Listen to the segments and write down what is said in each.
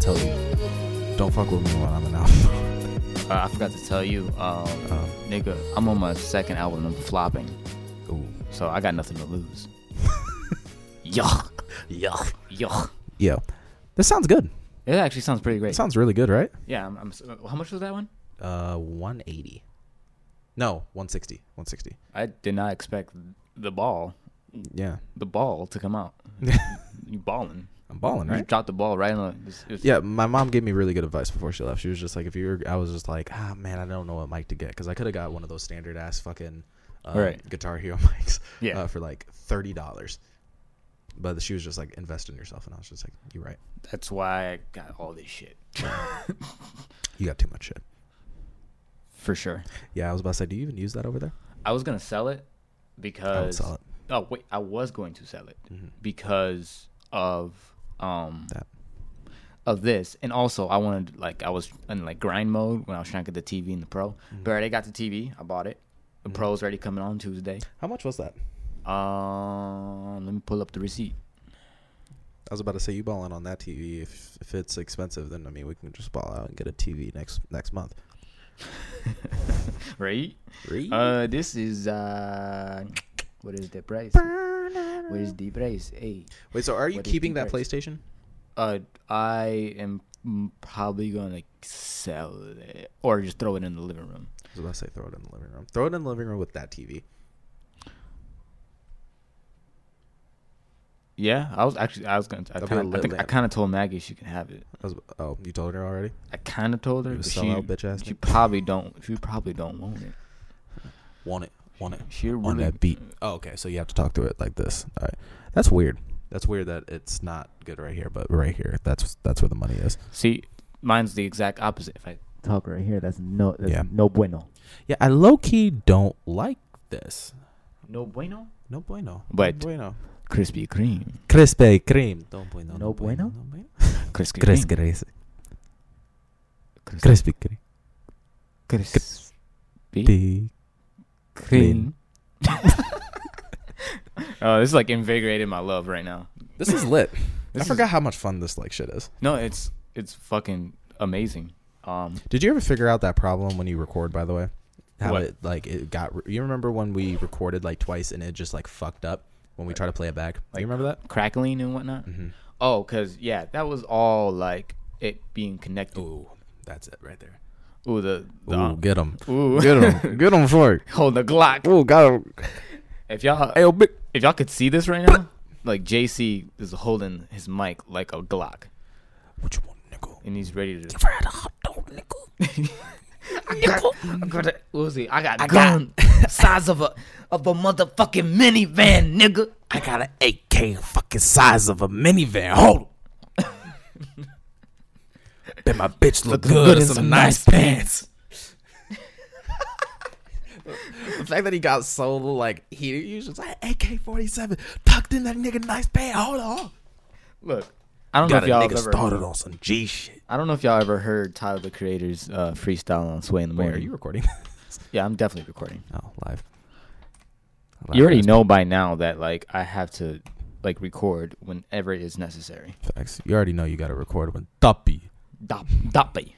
tell you? Don't fuck with me while I'm an alpha. Uh, I forgot to tell you, um, Uh. nigga, I'm on my second album of flopping, Ooh. so I got nothing to lose. yuck, yuck, yuck. Yo, this sounds good. It actually sounds pretty It great. sounds really good, right? yeah, I'm, I'm, s- how much was that one? Uh, 180. No, 160. 160. I did not expect the ball, Yeah, the ball to come out. you balling. I'm balling, You right? dropped the ball right on the. It's, it's, Yeah, my mom gave me really good advice before she left. She was just like, if you were, I was just like, ah, man, I don't know what mic to get because I could have got one of those standard ass fucking um, Right. Guitar Hero mics Yeah. uh, for like thirty dollars. But she was just like, invest in yourself, and I was just like, you're right. That's why I got all this shit. You got too much shit. For sure. Yeah, I was about to say, do you even use that over there? I was gonna sell it I because would sell it. Mm-hmm. oh wait, I was going to sell it because of um That. of this, and also I wanted like I was in like grind mode when I was trying to get the TV and the Pro, but I already got the TV. I bought it. The Pro's already coming on Tuesday. How much was that? Um, let me pull up the receipt. I was about to say, you balling on that TV. If if it's expensive, then I mean, we can just ball out and get a TV next next month. Right? Really? Uh, this is uh, what is the price? What is the price? Hey, Wait, so are you what is keeping the that price? PlayStation? uh, I am probably gonna sell it or just throw it in the living room. I was about to say, throw it in the living room. Throw it in the living room with that TV. Yeah, I was actually I was gonna. I That'd be kind a of I, lit think I lamp. kind of told Maggie she can have it. I was, oh, you told her already? I kind of told her. You but she, sellout bitch ass she nigga. probably don't. She probably don't want it. Want it. Want it. She really. On that beat. Oh, okay. So you have to talk through it like this. All right. That's weird. That's weird that it's not good right here, but right here, that's that's where the money is. See, mine's the exact opposite. If I talk right here, that's no. That's Yeah. No bueno. Yeah, I low key don't like this. No bueno. No bueno. But- no bueno. Krispy Kreme. Crispy cream. No bueno. No bueno? No bueno. Krispy Cris- Kreme. cris- Krispy Crispy cream. Krispy Di- Kreme. Oh, this is like invigorating my love right now. This is lit. I This is- forgot how much fun this like shit is. No, it's it's fucking amazing. Um, Did you ever figure out that problem when you record? By the way, how What? it like it got? You remember when we recorded like twice and it just like fucked up when we try to play it back? Like- you remember that? crackling and whatnot. Mm-hmm. Oh, cause yeah, that was all like it being connected. Ooh, Ooh, that's it right there. the, the Ooh, get him, Ooh. get him, get him for it. hold the Glock. Ooh, got him. If y'all Hey, oh, big. if y'all could see this right now, like JC is holding his mic like a Glock, What you want, nickel? and he's ready to. Fred, hot dog, nickel. I got a, Uzi, I got gun size of a of a motherfucking minivan, nigga. I got an AK, fucking size of a minivan. Hold. 'em. Bet my bitch look good in some nice pants. the fact that he got so like he he was just like AK forty seven tucked in that nigga nice pants. Hold on, Look, I don't know got if a y'all have nigga ever. started on some G shit. I don't know if y'all ever heard Tyler the Creator's uh, freestyle on Sway in the Morning. recording? Yeah, I'm definitely recording. oh, live. you already know by now that like I have to like record whenever it is necessary. Facts. You already know you got to record when duppy. Dop, doppy.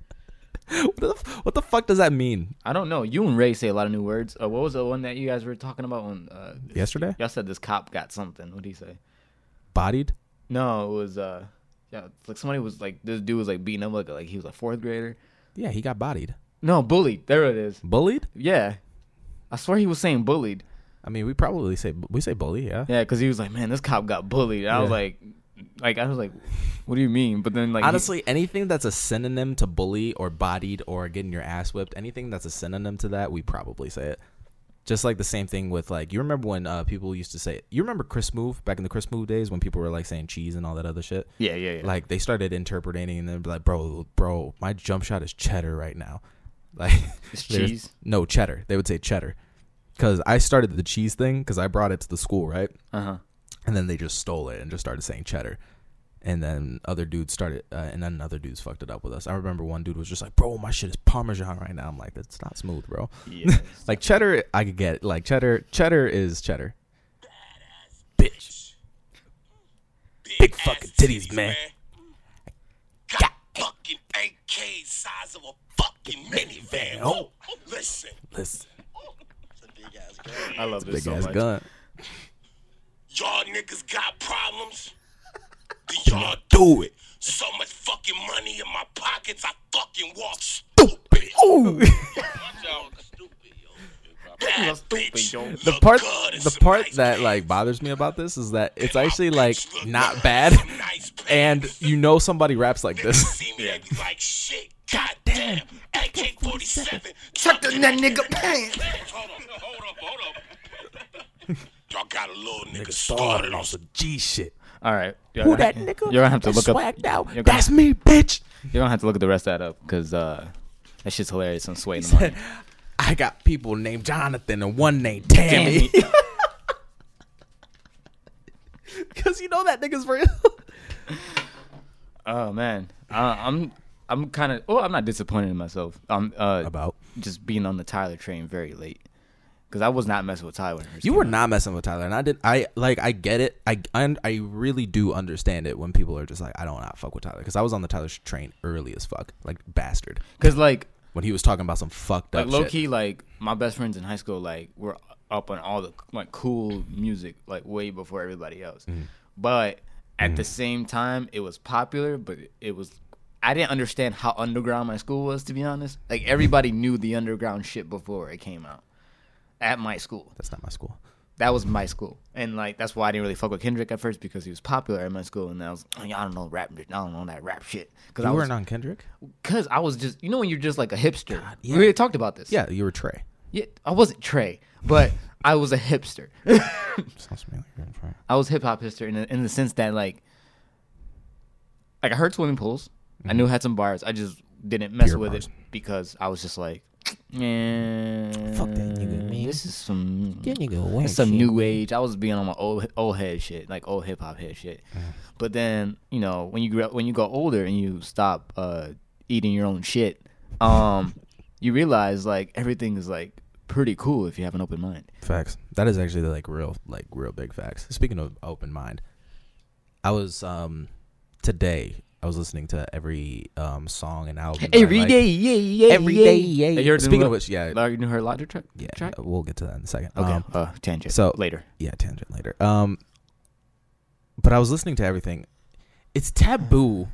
what, the, f- what the fuck does that mean? I don't know. You and Ray say a lot of new words. Uh, what was the one that you guys were talking about when uh, Yesterday, y'all said this cop got something? What did he say? bodied. No, it was uh, yeah, like somebody was like this dude was like beating up like like he was a fourth grader. Yeah, he got bodied. No, bullied. There it is. Bullied? Yeah, I swear he was saying bullied. I mean, we probably say we say bully, yeah. Yeah, because he was like, man, this cop got bullied. And I was Yeah. like, like I was like, what do you mean? But then like he- Honestly, anything that's a synonym to bully or bodied or getting your ass whipped, anything that's a synonym to that, we probably say it. Just like the same thing with like you remember when uh, people used to say you remember Chris Move back in the Chris Move days when people were like saying cheese and all that other shit. yeah, yeah, yeah. Like they started interpreting and they'd be like, bro, bro, my jump shot is cheddar right now. Like It's there's- cheese? No cheddar. They would say cheddar because I started the cheese thing because I brought it to the school, right? uh huh. and then they just stole it and just started saying cheddar and then other dudes started uh, and then other dudes fucked it up with us i remember one dude was just like bro my shit is parmesan right now i'm like that's not smooth bro Yeah. like cheddar i could get it. like cheddar cheddar is cheddar Eh. bitch big fucking titties man fucking AK size of a fucking minivan. Oh, listen. Listen, It's a big ass gun. I love big this so ass much. gun. Y'all niggas got problems? Then y'all do it. So much fucking money in my pockets, I fucking walk stupid. Y'all stupid, yo. Bad stupid, bitch. yo. The Look part, good in the some part nice that pants. like bothers me about this is that it's My actually bitch like look good not in bad, some nice and pants. you know somebody raps like Niggas this. see me they be like, shit, goddamn, AK-47. Chuck in that nigga pants. Hold up, hold up, hold up. Y'all got a little nigga started Started on on some some G shit. All right. Who that nigga? You're gonna have to that look up. Swagged out. You're gonna- That's me, bitch. You're gonna have to look at the rest of that up because uh, that shit's hilarious and sway in the morning. I got people named Jonathan and one named Tammy. Because you know that nigga's real. Oh man, uh, I'm I'm kind of oh I'm not disappointed in myself. I'm uh About. just being on the Tyler train very late because I was not messing with Tyler. when it first You came were out. not messing with Tyler, and I did. I like. I get it. I I, I really do understand it when people are just like, I don't not fuck with Tyler because I was on the Tyler train early as fuck, like bastard. Cause like When he was talking about some fucked up like low shit. key like my best friends in high school like were up on all the like cool music like way before everybody else. Mm-hmm. But at the same time, it was popular, but it was. I didn't understand how underground my school was, to be honest. Like Mm-hmm. everybody knew the underground shit before it came out at my school. That's not my school. that was my school, and like that's why I didn't really fuck with Kendrick at first because he was popular at my school, and I was like, I don't know rap, I don't know that rap shit because I You was weren't on Kendrick. because I was just you know when you're just like a hipster. yeah. We already talked about this. Yeah, you were Trey. yeah. I wasn't Trey, but I was a hipster. Sounds familiar. Trey. I was hip hop hipster in the, in the sense that like like I heard swimming pools, I knew it had some bars, I just didn't mess Beer with bars. it because I was just like. Man, Fuck that nigga, man. This is some That nigga whack it's some shit." new age. I was being on my old old head shit, like old hip hop head shit. Uh-huh. But then you know when you grow when you go older and you stop uh, eating your own shit, um, you realize like everything is like pretty cool if you have an open mind. Facts. That is actually like real, like real big facts. Speaking of open mind, I was um today I was listening to every um song and album that I Every like. day, yeah, yeah, Every day, yeah. Have you heard the Speaking of new- which, yeah. Like, you knew her larger track. Yeah, track? we'll get to that in a second. Okay, Um, uh, tangent. so- later, yeah, tangent later. Um, but I was listening to everything. It's taboo.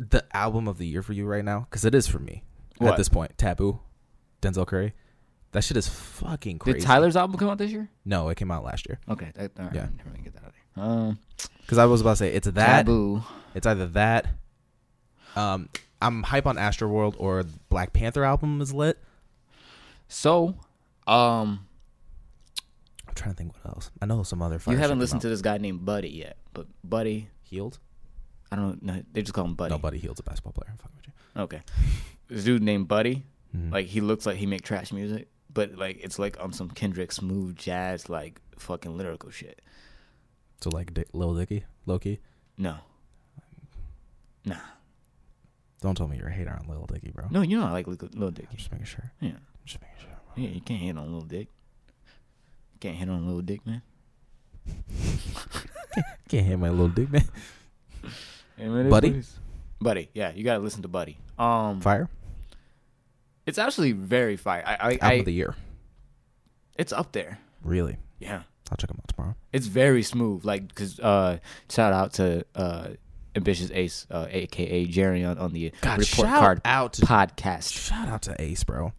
The album of the year for you right now, because it is for me at What? this point. Taboo, Denzel Curry. That shit is fucking crazy. did Tyler's album come out this year? No, it came out last year. Okay, that, all right, Yeah. never mind, get that out of there. Um, Because I was about to say it's that. taboo. It's either that. Um, I'm hype on Astroworld or Black Panther album is lit. So, um, I'm trying to think what else. I know some other. you haven't listened to this guy named Buddy yet, but Buddy, Healed. I don't know. They just call him Buddy. No, Buddy Healed's a basketball player. I'm fucking with you. Okay. This dude named Buddy, like he looks like he make trash music, but like it's like on some Kendrick smooth jazz, like fucking lyrical shit. So like Dick, Lil Dicky, Loki. No. Nah. Don't tell me you're a hater on Lil Dicky, bro. No, you know I like Lil Lil Dick. I'm just making sure. Yeah. I'm just making sure. bro. Yeah, you can't hit on Lil Dick. Can't hit on Lil Dick, man. Can't hit my little dick, man. Buddy? Buddy? Buddy, yeah, you gotta listen to Buddy. Um Fire. it's actually very fire. I I, Album I of the year. it's up there. Really. Yeah. I'll check them out tomorrow. It's very smooth. Like, cause uh, shout out to uh, ambitious Ace, uh, aka Jerry, on, on the God, report shout card out to- podcast, Um, Shout out to Ace, bro.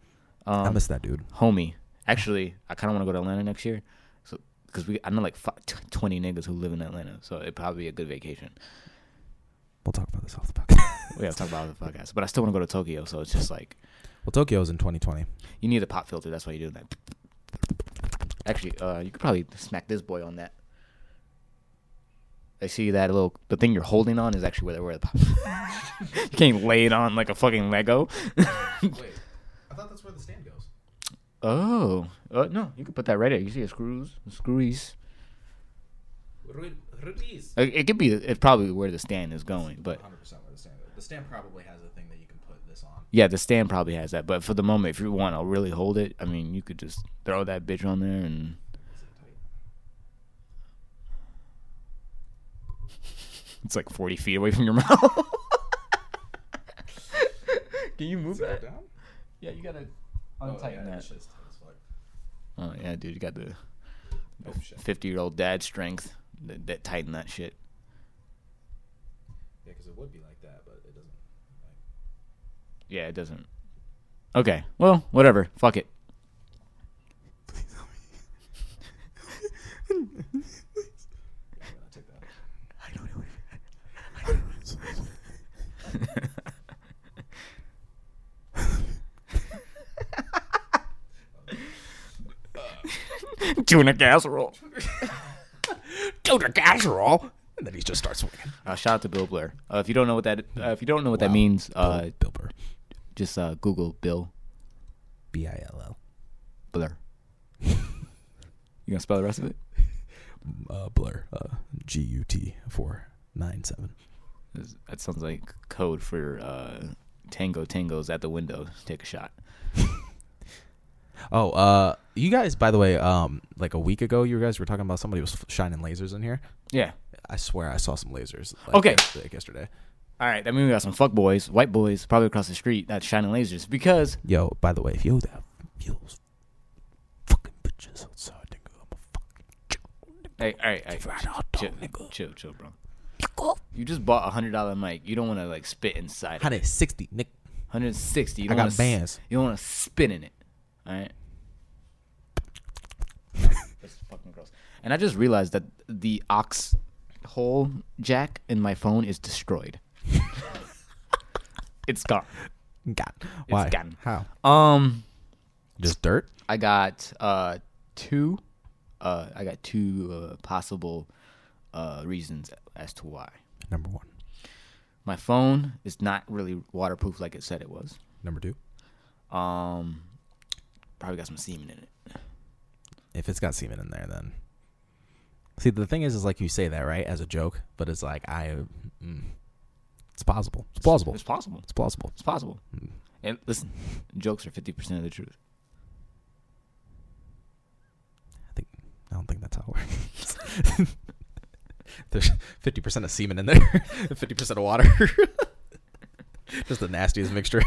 I miss that dude. homie. Actually, I kind of want to go to Atlanta next year, so cause we I know like fi- t- twenty niggas who live in Atlanta, so it'd probably be a good vacation. We'll talk about this off the podcast. We have to talk about other podcasts, but I still want to go to Tokyo. So it's just like well, Tokyo's in 2020. you need a pop filter. That's why you're doing that. Actually, uh, you could probably smack this boy on that. I see that little the thing you're holding on is actually where the where the pop. you can't lay it on like a fucking Lego. Wait, I thought that's where the stand goes. oh, uh, no, you can put that right there. You see the screws, the screws. Release. It, it could be it's probably where the stand is going, but 100% where the stand goes. The stand probably has a thing that you can put this on. yeah, the stand probably has that. But for the moment, if you want to really hold it, I mean, you could just throw that bitch on there and. It's like 40 feet away from your mouth. Can you move that? down? Yeah, you gotta Oh, untighten that. Oh yeah, dude, you got the Oh, fifty-year-old dad strength that, that tighten that shit. Yeah, because it would be like that, but it doesn't. Yeah, it doesn't. Okay, well, whatever. Fuck it. Tuna casserole. Tuna casserole. And then he just starts swinging. Uh, shout out to Bill Blair. Uh, if you don't know what that, uh, if you don't know what that means, uh, Bill Burr. just uh, Google Bill B I L L. Blair. you gonna spell the rest of it? Uh, Blur. Uh, G U T four nine seven. Is- That sounds like code for uh, tango tangos at the window. Take a shot. Oh, uh, you guys. By the way, um, like a week ago, you guys were talking about somebody was f- shining lasers in here. Yeah. I swear, I saw some lasers. Like, Okay. yes- like yesterday. All right. That means we got some fuck boys, white boys, probably across the street that's shining lasers because Yo, by the way, if you have those fucking bitches outside, nigga, I'm a fucking Hey, all right, all right. Right out Chill, there, nigga. chill, chill, bro. You just bought a hundred dollar mic. You don't want to like spit inside. One hundred sixty, nigga. hundred sixty. I got bands. You don't want to spit in it. All right. That's fucking gross. And I just realized that the aux hole jack in my phone is destroyed. it's gone. God, why? gotten- How? Um, Just dirt. I got uh two, uh, I got two uh, possible uh reasons as to why. Number one. My phone is not really waterproof like it said it was. Number two. Um, probably got some semen in it. If it's got semen in there, then. See, the thing is, is like you say that right as a joke, but it's like I. Mm, it's possible. It's plausible. It's possible. It's plausible. It's possible. Hmm. And listen, jokes are fifty percent of the truth. I think I don't think that's how it works. There's fifty percent of semen in there, fifty percent of water. just the nastiest mixture.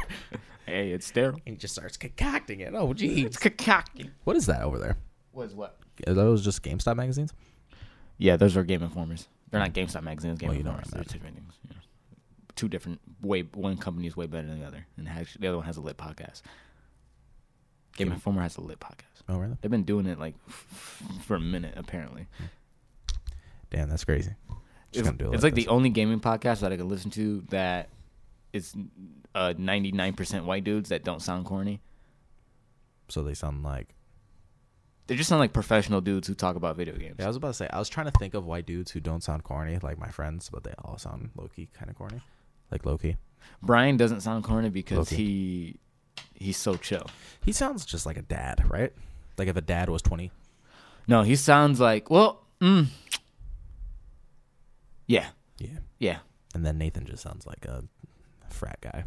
Hey, it's sterile. And he just starts concocting it. Oh, jeez. Kakaki. What is that over there? Was what? Are those just GameStop magazines? Yeah, those are Game Informers. They're not GameStop magazines. Game Well, you know Informers. what I They're meant. two different things. Yeah. Two different. Way one company is way better than the other, and has, the other one has a lit podcast. Game Informer has a lit podcast. Oh, really? They've been doing it like f- for a minute, apparently. Damn, that's crazy. Just it's, gonna do it it's like this. the only gaming podcast that I can listen to that is uh, 99% white dudes that don't sound corny. so they sound like. They just sound like professional dudes who talk about video games. Yeah, I was about to say. I was trying to think of white dudes who don't sound corny, like my friends, but they all sound low key kind of corny, like low key. Brian doesn't sound corny because Okay. he he's so chill. He sounds just like a dad, right? Like if a dad was twenty. No, he sounds like, well, mm, yeah, Yeah. yeah. And then Nathan just sounds like a frat guy.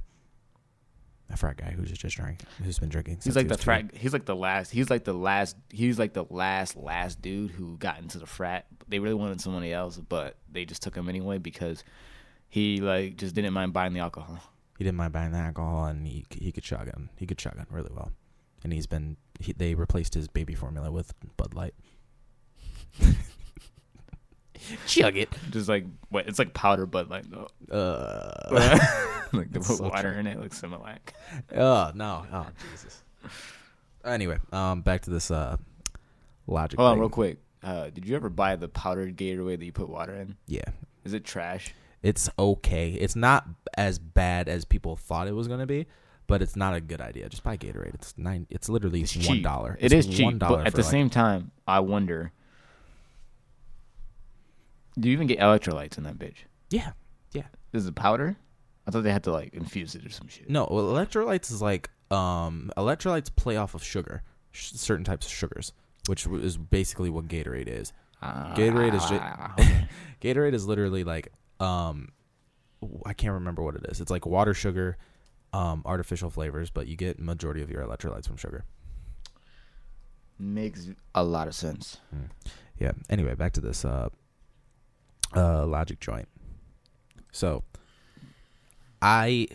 A frat guy who's just drank, who's been drinking. He's since like he the was two. frat. He's like the last. He's like the last. He's like the last last dude who got into the frat. They really wanted somebody else, but they just took him anyway because he like just didn't mind buying the alcohol. He didn't mind buying the alcohol, and he he could shotgun. He could shotgun really well, and he's been. He, they replaced his baby formula with Bud Light. Chug it. Just like what? It's like powder, but like the Uh, like the so water true. in it, like Similac. oh no! Oh Jesus. Anyway, um, back to this uh, logic. Hold on, thing. real quick. Uh, did you ever buy the powdered Gatorade that you put water in? Yeah, Is it trash? it's okay. It's not as bad as people thought it was gonna be, but it's not a good idea. Just buy Gatorade. It's nine. It's literally It's one cheap. dollar. It is cheap, One dollar but at for, the like- same time, I wonder. Do you even get electrolytes in that bitch? Yeah, yeah. This is a powder? I thought they had to like infuse it or some shit. No, well, electrolytes is like um electrolytes play off of sugar, sh- certain types of sugars, which w- is basically what Gatorade is. Uh, Gatorade is Ah. just, Gatorade is literally like um w- I can't remember what it is. It's like water, sugar, um artificial flavors, but you get majority of your electrolytes from sugar. Makes a lot of sense. Yeah. Anyway, back to this uh uh logic joint. So I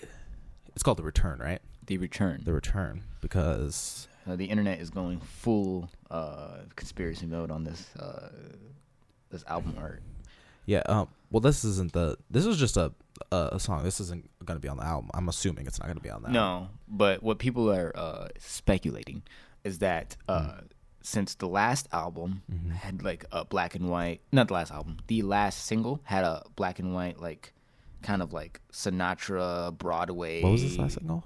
It's called the return, right? The return. The return because Uh, the internet is going full uh, conspiracy mode on this uh, this album art. yeah. Um. Well, this isn't the. This is just a a, a song. This isn't gonna be on the album. I'm assuming it's not gonna be on that. No, but what people are uh, speculating is that uh, Mm-hmm. since the last album had like a black and white, not the last album, the last single had a black and white like kind of like Sinatra Broadway. What was this last single?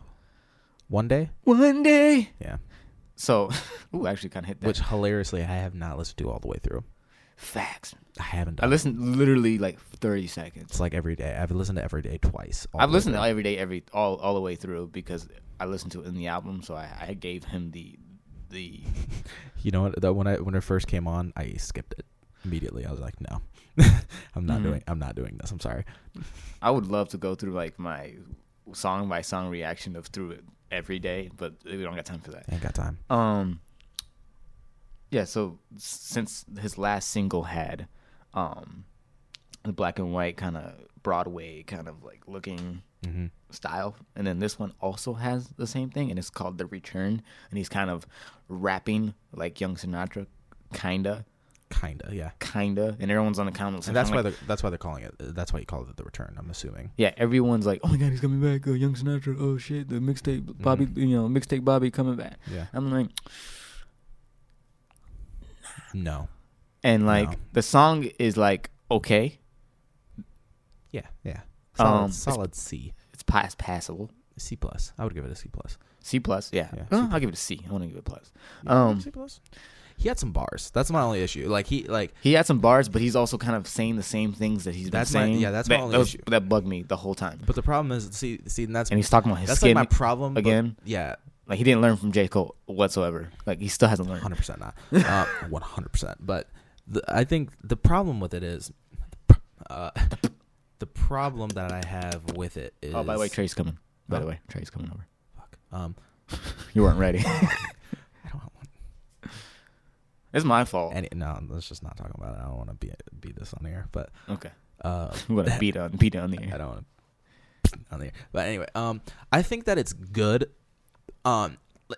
One day. One day. Yeah. So, ooh, I actually kind of hit that. Which hilariously, I have not listened to all the way through. facts? I haven't. I Done. it. listened literally like 30 seconds. It's like every day. I've listened to every day twice. all I've the way listened to through. it every day, every all all the way through because I listened to it in the album, so I, I gave him the the You know what? That when I when it first came on, I skipped it immediately. I was like, no, I'm Hmm. not doing. I'm not doing this. I'm sorry. I would love to go through like my song by song reaction of through it every day, but we don't got time for that. ain't got time. Um, yeah. So s- since his last single had, um, the black and white kind of Broadway kind of like looking Mm-hmm. style, and then this one also has the same thing, and it's called The Return, and he's kind of rapping like Young Sinatra, kinda, Kinda, yeah. kinda, and everyone's on the comments. And that's why they're that's why they're calling it. That's why you call it the return. I'm assuming. yeah, everyone's like, "Oh my God, he's coming back! Uh, Young Sinatra! Oh shit, the Mm-hmm. mixtape Bobby, you know, mixtape Bobby coming back." Yeah. I'm like, No. and like No. the song is like okay, Yeah, yeah. Solid, Um, it's- solid C, it's pass passable. C plus. I would give it a C plus. C plus, yeah. Yeah, Uh, C I'll give it a C. I want to give it a plus. C Um, plus. He had some bars. That's my only issue. Like he like he had some bars, but he's also kind of saying the same things that he's been That's my- saying. yeah, that's my that, only that, was- issue. that bugged me the whole time. But the problem is, see, see, and that's And he's talking about his that's skin like my problem but- again. yeah, Like he didn't learn from J Cole whatsoever. Like he still hasn't learned. hundred percent not, Uh, one hundred percent. But the, I think the problem with it is, uh, the problem that I have with it is. Oh, by the way, Trey's coming. By the way, Trey's coming over. fuck, um, You weren't ready. I don't want it's my fault. any. No, let's just not talk about it. I don't want to be be this on the air, but Okay, uh, we're gonna beat on beat on the I air. don't want to on the air. But anyway, um, I think that it's good. Um, li-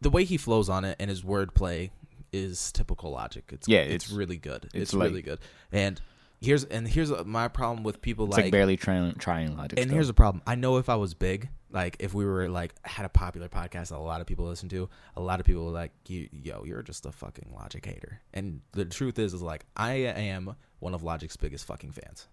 the way he flows on it and his wordplay is typical logic. It's Yeah, it's, it's- really good. It's, like- really good. And here's and here's uh, my problem with people It's like, like, barely trying trying logic. and still. here's the problem. I know if I was big, like if we were like had a popular podcast that a lot of people listen to, a lot of people were like you, yo, you're just a fucking Logic hater. And the truth is, is like I am one of Logic's biggest fucking fans.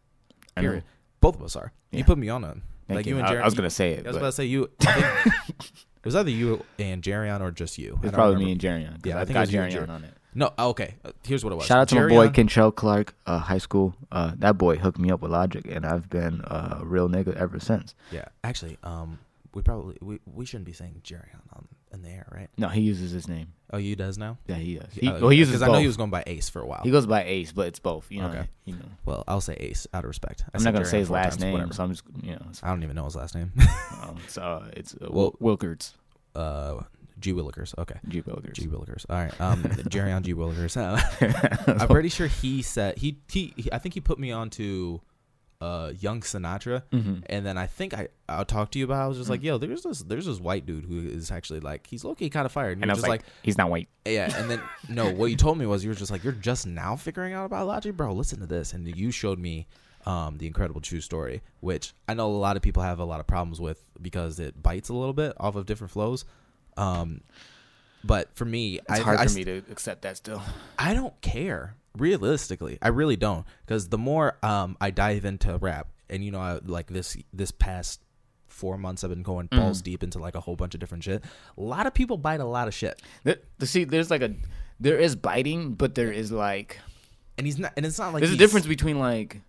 I know. Period. Both of us are. You Yeah. put me on it. Thank like you, you. and I- I Jerry. was gonna say it, I was but- about to say you. I think- it was either you and Jerry on or just you. I It's don't probably me and remember. Jerry on. 'cause Yeah, I I've think it got was you and Jerry on, Jerry. on it. No, oh, okay. Uh, Here's what it was. Shout out to my Jerry boy on- Kentrell Clark, uh, high school. Uh, that boy hooked me up with Logic, and I've been uh, a real nigga ever since. Yeah, actually, um, we probably we, we shouldn't be saying Jerry on, on in the air, right? No, he uses his name. Oh, you does now. Yeah, he does. He, Oh, well, he yeah, uses 'cause both. I know he was going by Ace for a while. He goes by Ace, but it's both. You know, Okay. you know. well, I'll say Ace out of respect. I I'm said not gonna Jerry say on his four last times, name, whatever. so I'm just you know, it's, I don't even know his last name. um, it's uh, it's uh, Well- Wil- Wilkerts, uh, G Willikers. Okay. G Wilkerts. G Willikers. All right. Um, Jerry on G Willikers. Uh, I'm pretty sure he said he, he he- I think he put me on to uh young Sinatra, Mm-hmm. and then I think I I talked to you about. it. I was just Mm. like, yo, there's this there's this white dude who is actually like he's low key kind of fired, and, and I you're was just like, like, he's not white. yeah. And then no, what you told me was you were just like you're just now figuring out about logic, bro. Listen to this, and you showed me. Um, the incredible true story, which I know a lot of people have a lot of problems with because it bites a little bit off of different flows. Um, but for me, It's I, hard I for st- me to accept that still. I don't care. Realistically, I really don't. Because the more um, I dive into rap, and you know, I, like this this past four months, I've been going Mm-hmm. balls deep into like a whole bunch of different shit. A lot of people bite a lot of shit, There- see, there's like a, there is biting, but there is like and he's not. And it's not like There's a he's- difference between like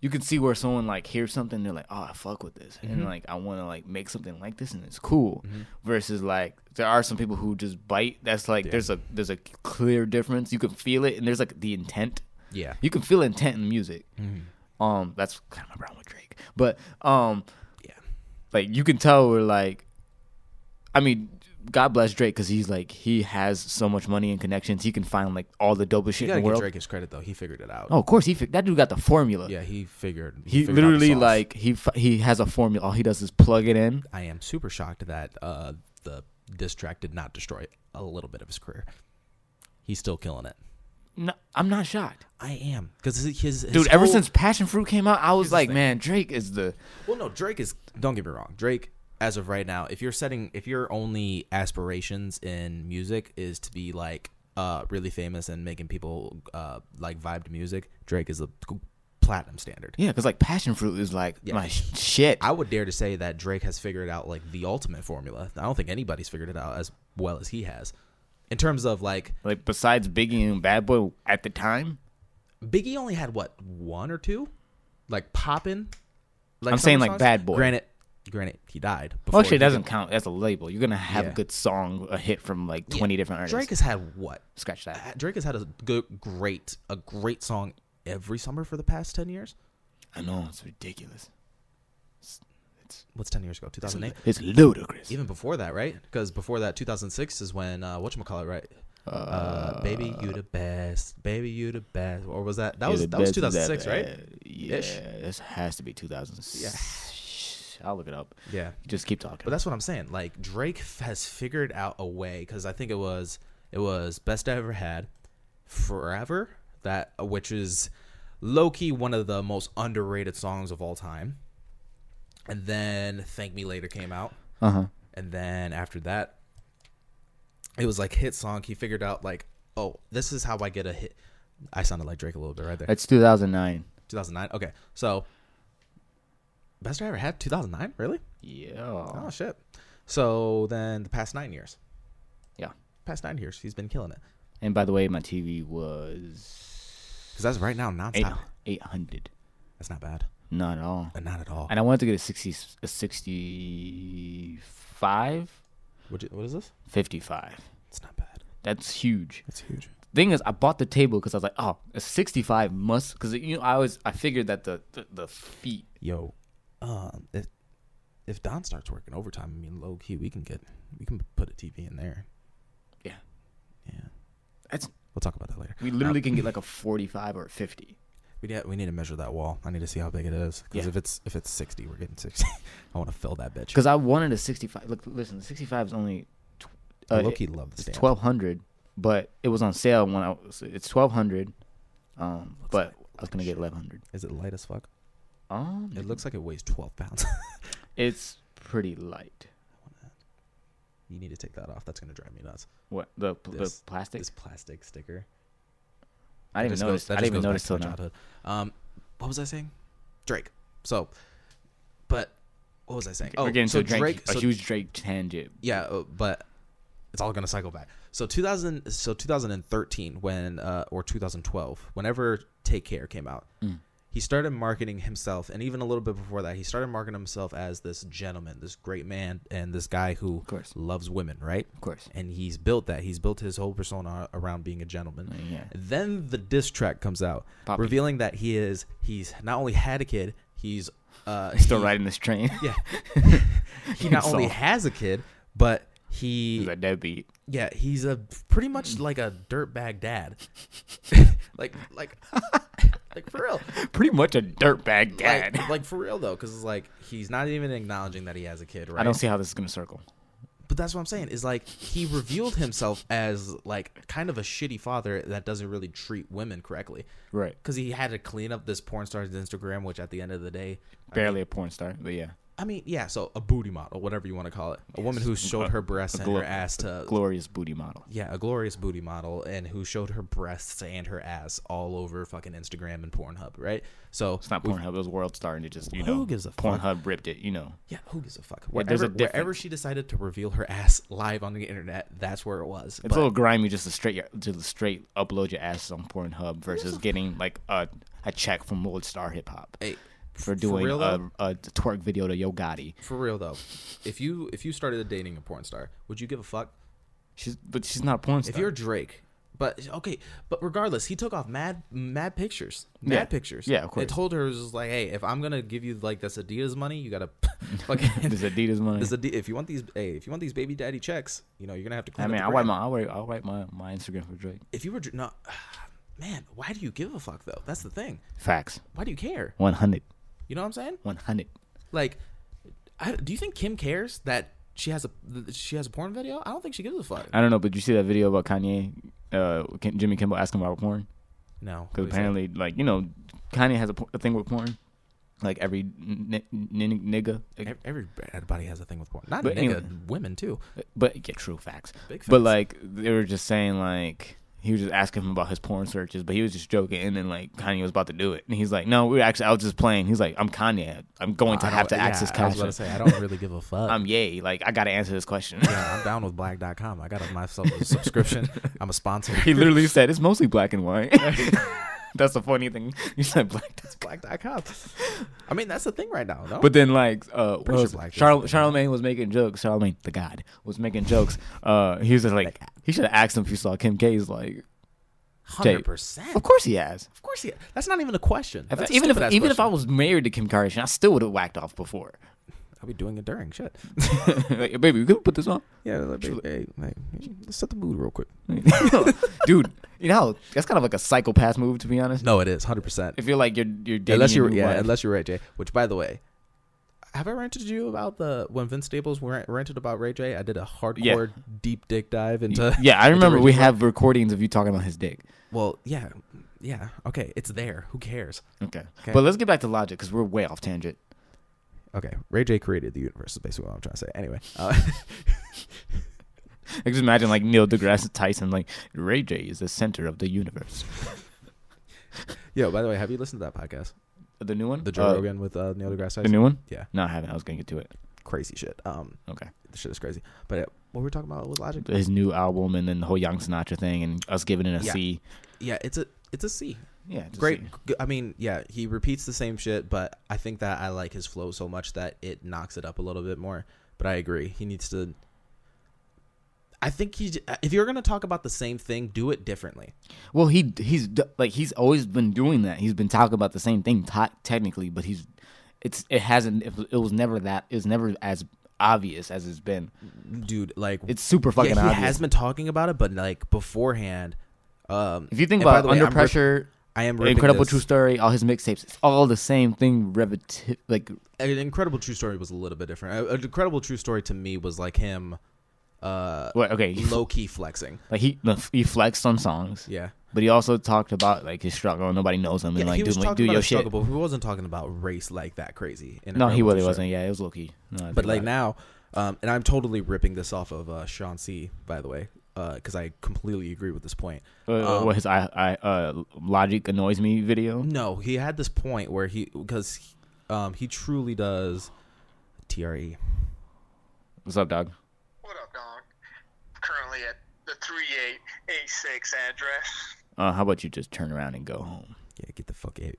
you can see where someone like hears something, they're like, "Oh, I fuck with this," and like I want to like make something like this, and it's cool. Versus like there are some people who just bite. That's like there's a there's a clear difference. You can feel it, and there's like the intent. Yeah. you can feel intent in music. Um, that's kind of my problem with Drake, but um, Yeah. like you can tell we're like, I mean, God bless Drake because he's like he has so much money and connections. He can find like all the double You shit in gotta the give world. Drake his credit though. He figured it out. Oh, of course he. fi- That dude got the formula. yeah, he figured. He figured out the literally sauce. like he fi- he has a formula. All he does is plug it in. I am super shocked that uh, the diss track did not destroy a little bit of his career. He's still killing it. No, I'm not shocked, I am because his, his dude. ever whole- since Passion Fruit came out, I was the like, thing. man, Drake is the well, no, Drake is. Don't get me wrong, Drake. As of right now, if you're setting, if your only aspirations in music is to be like uh, really famous and making people uh, like vibe to music, Drake is the platinum standard. yeah. Because like Passion Fruit is like Yeah. my sh- shit. I would dare to say that Drake has figured out like the ultimate formula. I don't think anybody's figured it out as well as he has. In terms of like like besides Biggie and Bad Boy at the time, Biggie only had what one or two, like poppin. Like I'm some saying, of the like, songs? Bad Boy. Granted, granted, he died. well, he actually, it doesn't could- count. That's a label. You're gonna have Yeah. a good song, a hit from like 20 different artists. Drake has had what? Scratch that. Drake has had a good, great, a great song every summer for the past ten years. I know it's ridiculous. What's ten years ago? Two thousand eight. It's ludicrous. Even before that, right? Because before that, two thousand six is when uh, what call it, right? Uh, baby, you the best. Baby, you the best. Or was that that was that was two thousand six, right? Yeah, Ish. this has to be 2006. I'll look it up. Yeah. Just keep talking. But that's what I'm saying. Like Drake f- has figured out a way because I think it was it was best I ever had, forever that which is low key one of the most underrated songs of all time. And then Thank Me Later came out, uh huh. and then after that, it was like hit song. He figured out like oh this is how I get a hit. I sounded like Drake a little bit right there. That's 2009. 2009. Okay, so best I ever had 2009 really. Yeah. Oh shit. So then the past nine years. Yeah. Past nine years, he's been killing it. And by the way, my TV was Because that's right now nonstop. eight, 800. That's not bad. Not at all. Uh, Not at all. And I wanted to get a 60, a 65, Would you- what is this? 55. It's not bad. That's huge. It's huge. Thing is, I bought the table because I was like, oh, a 65 must, because you know, I always I figured that the the, the feet Yo, um, if if Don starts working overtime, I mean, low key, we can get we can put a TV in there. Yeah. Mm. Yeah. That's We'll talk about that later. we literally can get like a forty-five or a fifty. We need we need to measure that wall. I need to see how big it is. Because Yeah. if it's if it's sixty, we're getting sixty. I want to fill that bitch. Because I wanted a sixty-five. Look, listen, the sixty-five is only tw- I low key love the uh, it's stand. twelve hundred, but it was on sale when I was. It's twelve hundred, um, but I was gonna get eleven hundred. Is it light as fuck? Um, It looks like it weighs twelve pounds. it's pretty light. you need to take that off. That's gonna drive me nuts. What the pl- This- the plastic? This plastic sticker. I didn't That even just notice. goes- that I didn't just even notice goes till back now. to my childhood. Um, what was I saying? Drake. So, but what was I saying? Oh, We're getting so to Drake, a Oh, so- huge Drake tangent. yeah, uh, but it's all gonna cycle back. So 2000, so 2013 when uh, or 2012, whenever Take Care came out, Mm. he started marketing himself, and even a little bit before that, he started marketing himself as this gentleman, this great man, and this guy who course. loves women, right? Of course. And he's built that. He's built his whole persona around being a gentleman. Uh, Yeah. Then the diss track comes out, Poppy. revealing that he is he's not only had a kid, he's uh, Still he- riding this train. Yeah. he not only Saul. has a kid, but he He's a deadbeat. yeah, he's a pretty much like a dirtbag dad. like like like for real. Pretty much a dirtbag dad. Like, like for real though cuz it's like he's not even acknowledging that he has a kid, right? I don't see how this is gonna circle. but that's what I'm saying is like he revealed himself as like kind of a shitty father that doesn't really treat women correctly. Right. Cuz he had to clean up this porn star's Instagram which at the end of the day Barely a porn star, but yeah. I mean, yeah, so a booty model, whatever you want to call it. A woman who showed her breasts and glo- her ass to Glorious booty model. Yeah, a glorious booty model and who showed her breasts and her ass all over fucking Instagram and Pornhub, right? So It's not Pornhub. It was World Star, and it just you Who know gives a fuck? Pornhub ripped it. You know, yeah, who gives a fuck? Yeah, Wherever, there's a wherever difference. she decided to reveal her ass live on the internet, that's where it was. it's But a little grimy just to straight to the straight upload your ass on Pornhub versus getting like a a check from World Star Hip Hop hey, for doing real, a, a twerk video to Yo Gotti. for real though, if you if you started dating a porn star, would you give a fuck? She's but she's not a porn star. If you're Drake, But okay, but regardless, he took off mad mad pictures, mad Yeah. pictures. Yeah, of course. And told her it was just like, hey, if I'm gonna give you like this Adidas money, you gotta fucking This Adidas money. This Adi- if you want these, hey, if you want these baby daddy checks, you know you're gonna have to. Clean I up mean, the I wipe brand. my I wipe, I wipe my, my Instagram for Drake. If you were dr- no, man, why do you give a fuck though? That's the thing. Facts. Why do you care? 100. You know what I'm saying? 100. Like, I, do you think Kim cares that she has a that she has a porn video? I don't think she gives a fuck. I don't know, but you see that video about Kanye, uh, Kim, Jimmy Kimmel asking about porn? No, Because apparently, like you know, Kanye has a, por- a thing with porn, like every n- n- n- nigga. Ev- everybody has a thing with porn. Not But nigga, anyway. women too. But yeah, true facts. Big But facts. like they were just saying like he was just asking him about his porn searches, but he was just joking, and then like Kanye was about to do it, and he's like, "No, we were actually I was just playing." He's like, "I'm Kanye. I'm going to I have to don't- access yeah, I was about cash. to say I don't really give a fuck. I'm yay. Like I got to answer this question." yeah, I'm down with black.com. I got myself a subscription. I'm a sponsor. he literally said, "It's mostly black and white." That's the funny thing. You said black. black.com. I mean, that's the thing right now. No? But then like uh what sure was black is Charl- something. Charlemagne was making jokes. Charlemagne, the god, was making jokes. Uh he was just like he should have asked him if you saw Kim K's like hundred percent. Of course he has. Of course, yeah. That's not even a question. If- That's a even if stupid-ass even if I question. was married to Kim Kardashian, I still would have whacked off before. I'll be doing it during shit. like, baby, you could put this on. yeah, like, hey, hey, like, let's set the mood real quick. Dude, you know how- that's kind of like a psychopath move to be honest. No, it is hundred percent. If you're like you're you're dating Unless your you're new yeah, wife. unless you're Ray J. Which, by the way, have I ranted to you about the when Vince Staples ran- ranted about Ray J? I did a hardcore deep dick dive into. yeah, I into remember Ray we J. have recordings of you talking about his dick. Well, yeah, yeah. Okay, it's there. Who cares? Okay. Okay. But let's get back to logic because we're way off tangent. Okay, Ray J created the universe. Is basically what I'm trying to say. Anyway, uh, Like, just imagine like Neil deGrasse Tyson, like Ray J is the center of the universe. yo, by the way, have you listened to that podcast, The new one, the Joe Uh, Rogan with uh, Neil deGrasse Tyson? the new one. Yeah, No, I haven't. I was gonna get to it. crazy shit. Um, Okay, the shit is crazy. But uh, what were we talking about with Logic? his new album and then the whole Young Sinatra thing and us giving it a C. Yeah. Yeah, it's a it's a C. Yeah, it's a Great. C. g- I mean, yeah, he repeats the same shit, but I think that I like his flow so much that it knocks it up a little bit more. But I agree, he needs to. I think he. j- uh, If you're gonna talk about the same thing, do it differently. Well, he he's d- like he's always been doing that. He's been talking about the same thing t- technically, but he's it's it hasn't. It, was- it was never that. It was never as obvious as it's been. dude like It's super fucking he obvious. has been talking about it but like beforehand um If you think and by about the way, Under I'm rip- Pressure, i am ripping Incredible this. True Story, all his mixtapes, it's all the same thing. Revit- like an incredible true story was a little bit different an incredible true story to me was like him uh what? Okay, he- low-key flexing like he he flexed on songs. yeah But he also talked about like his struggle. and Nobody knows him, and yeah like he do, was like, talking do about your his struggle shit. but he wasn't talking about race like that crazy in No, Incredible he really True Story. wasn't. Yeah, it was low key. No, I think but like about it. now um and i'm totally ripping this off of uh sean c by the way uh because i completely agree with this point uh, um, what his I, I uh logic annoys me video. No, he had this point where he because um he truly does E. TRE. What's up, dog? What up, dog? Currently at the 3886 address. Uh, how about you just turn around and go home? Yeah, get the fuck out.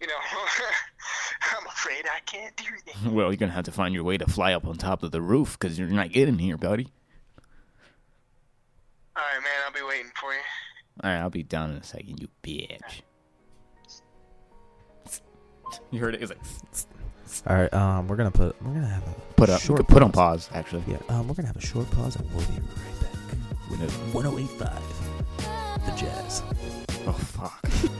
You know, I'm afraid I can't do that. Well, you're gonna have to find your way to fly up on top of the roof because you're not getting here, buddy. All right, man, I'll be waiting for you. All right, I'll be down in a second, you bitch. You heard it? It's like All right, um, we're gonna put we're gonna have a put up, short put on pause. Actually, Yeah, um, we're gonna have a short pause and we'll be right back. We know- 1085, the jazz. Oh fuck.